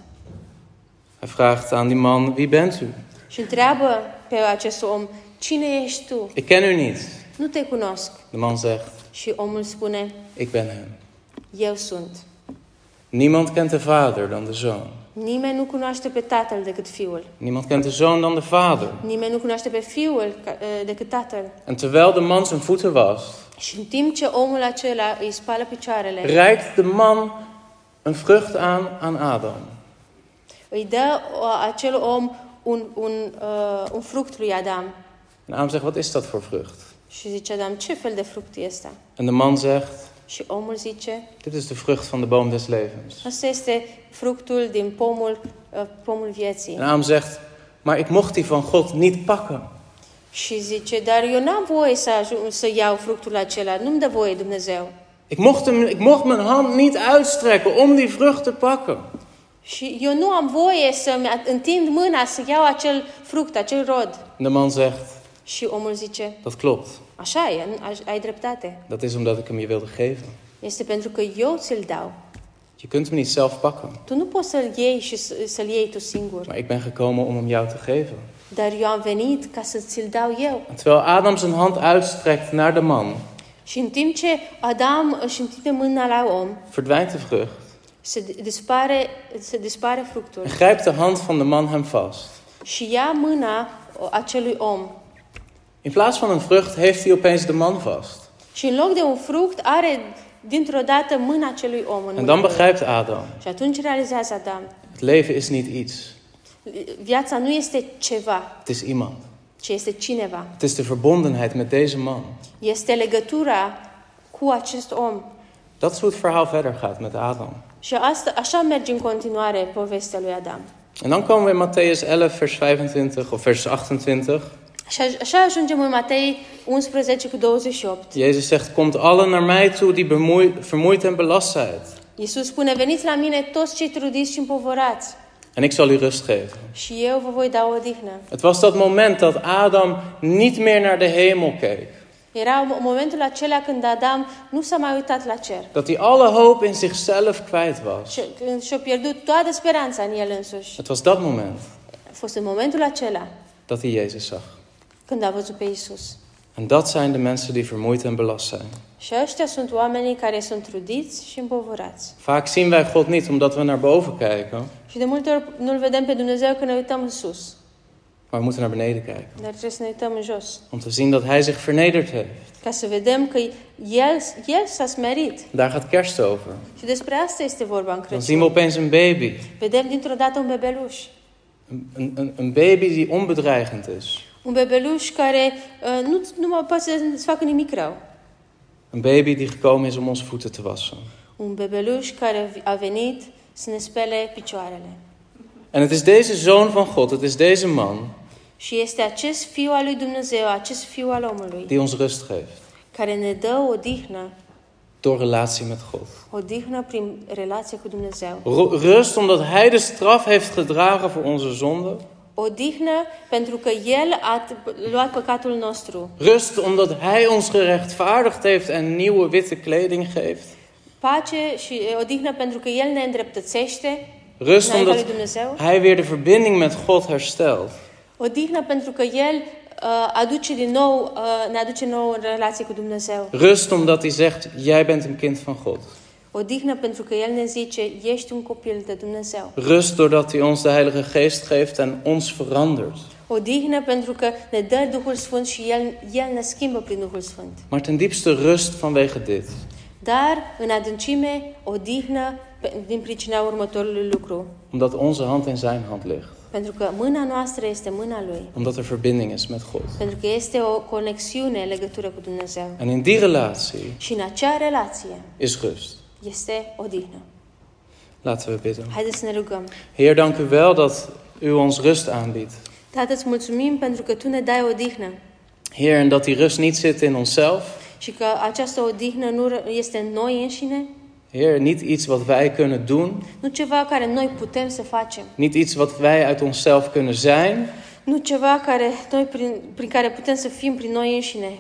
Hij vraagt aan die man, wie bent u?
Și întreabă pe acest om, cine ești tu?
Ik ken u niet.
Nu te cunosc.
De man zegt,
Și omul spune,
ik ben hem.
eu sunt.
Niemand kent de vader dan de zoon.
Nimeni nu cunoaște pe tatăl decât fiul.
Niemand kent de zoon dan de vader.
Nimeni nu cunoaște pe fiul ca- eh, decât tatăl.
En terwijl de man zijn voeten wast,
Și în timp ce omul acela îi spală picioarele,
reikt de man een vrucht aan aan Adam.
îi dă o- acel om un, un, uh, un fruct lui Adam.
En Adam zegt, wat is dat voor vrucht?
Și zice Adam, ce fel de fruct este?
En de man zegt,
Și omul zice,
dit is de vrucht van de boom des levens.
asta este fructul din pomul, uh, pomul
En
vieții.
Adam zegt, maar ik mocht die van God niet pakken.
Și zice, dar eu n-am voie să, ajung, să iau fructul acela, nu-mi dă voie Dumnezeu.
Ik mocht, hem, ik mocht mijn hand niet uitstrekken om die vrucht te pakken.
Și eu nu am voie să-mi at- întind mâna să iau acel fruct, acel rod.
En de man zegt,
Și omul zice,
dat klopt.
așa e, nu- aș- ai dreptate.
Dat is omdat ik hem je wilde geven.
Este pentru că eu ți-l dau.
Je kunt hem niet zelf pakken.
Tu nu poți să-l iei și să- să-l iei tu singur.
Maar ik ben gekomen om hem jou te geven.
Dar eu am venit ca să ți-l dau eu.
En terwijl Adam zijn hand uitstrekt naar de man,
Și în timp ce Adam își întinde mâna la om,
verdwijnt de vrucht.
se d- dispare, se dispare fructul.
En grijpt de hand van de man hem vast.
Și ia mâna o, acelui om.
In plaats van een vrucht heeft hij opeens de man vast.
Și în loc de un fruct, are dintr-o dată mâna acelui om. În
En
mâna
dan
lui.
begrijpt Adam,
Și atunci realizează Adam,
het leven is niet iets.
viața nu este ceva,
Het is iemand.
ci este cineva.
Het is de verbondenheid met deze man.
Este legătura cu acest om.
Dat is hoe het verhaal verder gaat met Adam.
Și asta, așa merge în continuare povestea lui Adam.
En dan komen we in Matthäus 11, vers 25 of vers 28.
Și aj- așa ajungem în Matei 11 cu 28.
Jezus zegt, komt allen naar mij toe die bemoei- vermoeid en belast zijt.
Iisus spune, veniți la mine toți cei trudiți și împovorați
En ik zal u rust geven.
și eu vă voi da o odihnă.
Het was dat moment dat Adam niet meer naar de hemel keek.
Era mo- momentul acela când Adam nu s-a mai uitat la cer.
Dat hij alle hoop in zichzelf kwijt was.
Și când și-a pierdut toată speranța în el însuși.
Het was dat moment
A fost în momentul acela
dat hij Jezus zag.
când a văzut pe Iisus.
En dat zijn de mensen die vermoeid en belast zijn.
Și ăștia sunt oamenii care sunt trudiți și împovorați.
Vaak zien wij God niet omdat we naar boven kijken,
Și de multe ori nu-L vedem pe Dumnezeu când ne uităm în sus,
maar we moeten naar beneden kijken.
dar trebuie să ne uităm în jos.
Om te zien dat Hij zich vernederd heeft.
Ca să vedem că El, el s-a smerit.
Daar gaat kerst over.
Și despre asta este vorba în
Dan
Crăciun.
zien we opeens een baby.
Vedem dintr-o dată un bebeluș.
Een, een, een baby die onbedreigend is.
Un bebeluș care uh, nu, nu mai poate să- să facă nimic rău.
Een baby die gekomen is om onze voeten te wassen.
Un bebeluș care a venit să ne spele picioarele.
En het is deze zoon van God, het is deze man,
Și este acest fiu al lui Dumnezeu, acest fiu al omului,
die ons rust geeft.
care ne dă o dihnă,
Door relatie met God.
o dihnă prin relație cu Dumnezeu.
Ru- Rust omdat Hij de straf heeft gedragen voor onze zonden.
O dihnă pentru că El a t- luat păcatul nostru.
Rust omdat Hij ons gerechtvaardigd heeft en nieuwe witte kleding geeft.
Pace și o dihnă pentru că El ne îndreptățește
Rust
înaintea lui
omdat
Dumnezeu.
Hij weer de verbinding met God herstelt.
O dihnă pentru că El uh, aduce din nou, uh, ne aduce nou în relație cu Dumnezeu.
Rust omdat Hij zegt, jij bent een kind van God.
O dihnă pentru că El ne zice, ești un copil de Dumnezeu.
Rust doordat Hij ons de Heilige Geest geeft en ons verandert.
O dihnă pentru că ne dă Duhul Sfânt și El, El ne schimbă prin Duhul Sfânt.
Maar ten diepste rust vanwege dit.
Dar, în adâncime, o dihnă pe- din pricina următorului lucru.
Omdat onze hand in Zijn hand ligt.
Pentru că mâna noastră este mâna Lui.
Omdat er verbinding is met God.
Pentru că este o conexiune, legătură cu Dumnezeu.
En in die relatie
Și în acea relație
is rust.
este o dihnă.
Laten we bidden.
Haideți să ne rugăm.
Heer, dank u wel dat u ons rust aanbiedt.
Tată, îți mulțumim pentru că Tu ne dai o dihnă
Heer, en dat die rust niet zit in onszelf.
și că această odihnă nu ră- este în noi înșine,
Heer, niet iets wat wij kunnen doen.
nu ceva care noi putem să facem,
Niet iets wat wij uit onszelf kunnen zijn.
nu ceva care noi prin, prin care putem să fim prin noi înșine,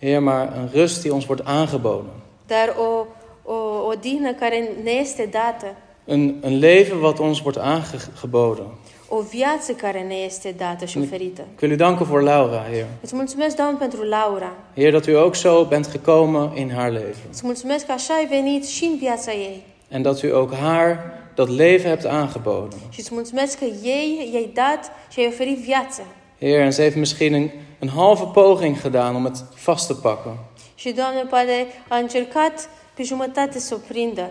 Heer, maar een rust die ons wordt aangeboden.
dar o, o odihnă care ne este dată,
Een, een leven wat ons wordt aangeboden.
o viață care ne este dată și oferită.
Ik wil u danken voor Laura, Heer.
Îți mulțumesc, Doamne, pentru Laura.
Heer, dat u ook zo bent gekomen in haar leven.
Îți mulțumesc că așa ai venit și în viața ei.
En dat u ook haar dat leven hebt aangeboden.
Și îți mulțumesc că ei i-ai dat și ai oferit viață.
Heer, en ze heeft misschien een, een halve poging gedaan om het vast te pakken.
Și, Doamne, poate a încercat pe jumătate să o prindă.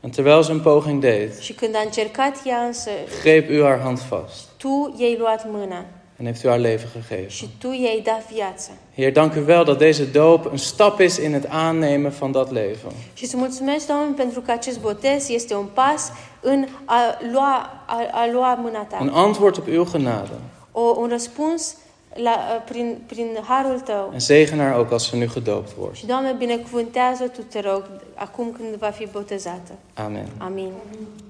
En terwijl ze een poging deed,
Și când a încercat ea însă,
greep u haar hand vast
tu i-ai luat mâna
en heeft u haar leven gegeven.
și tu i-ai dat viață.
Heer, dank u wel dat deze doop een stap is in het aannemen van dat leven.
Și îți mulțumesc, Doamne, pentru că acest botez este un pas în a lua, a, a lua mâna
Een
ta.
antwoord op uw genade.
O, un răspuns la, prin, prin harul tău.
En zegen haar ook als ze nu gedoopt wordt.
Și, Doamne, binecuvântează, tu te rog, acum când va fi botezată.
Amen.
Amin.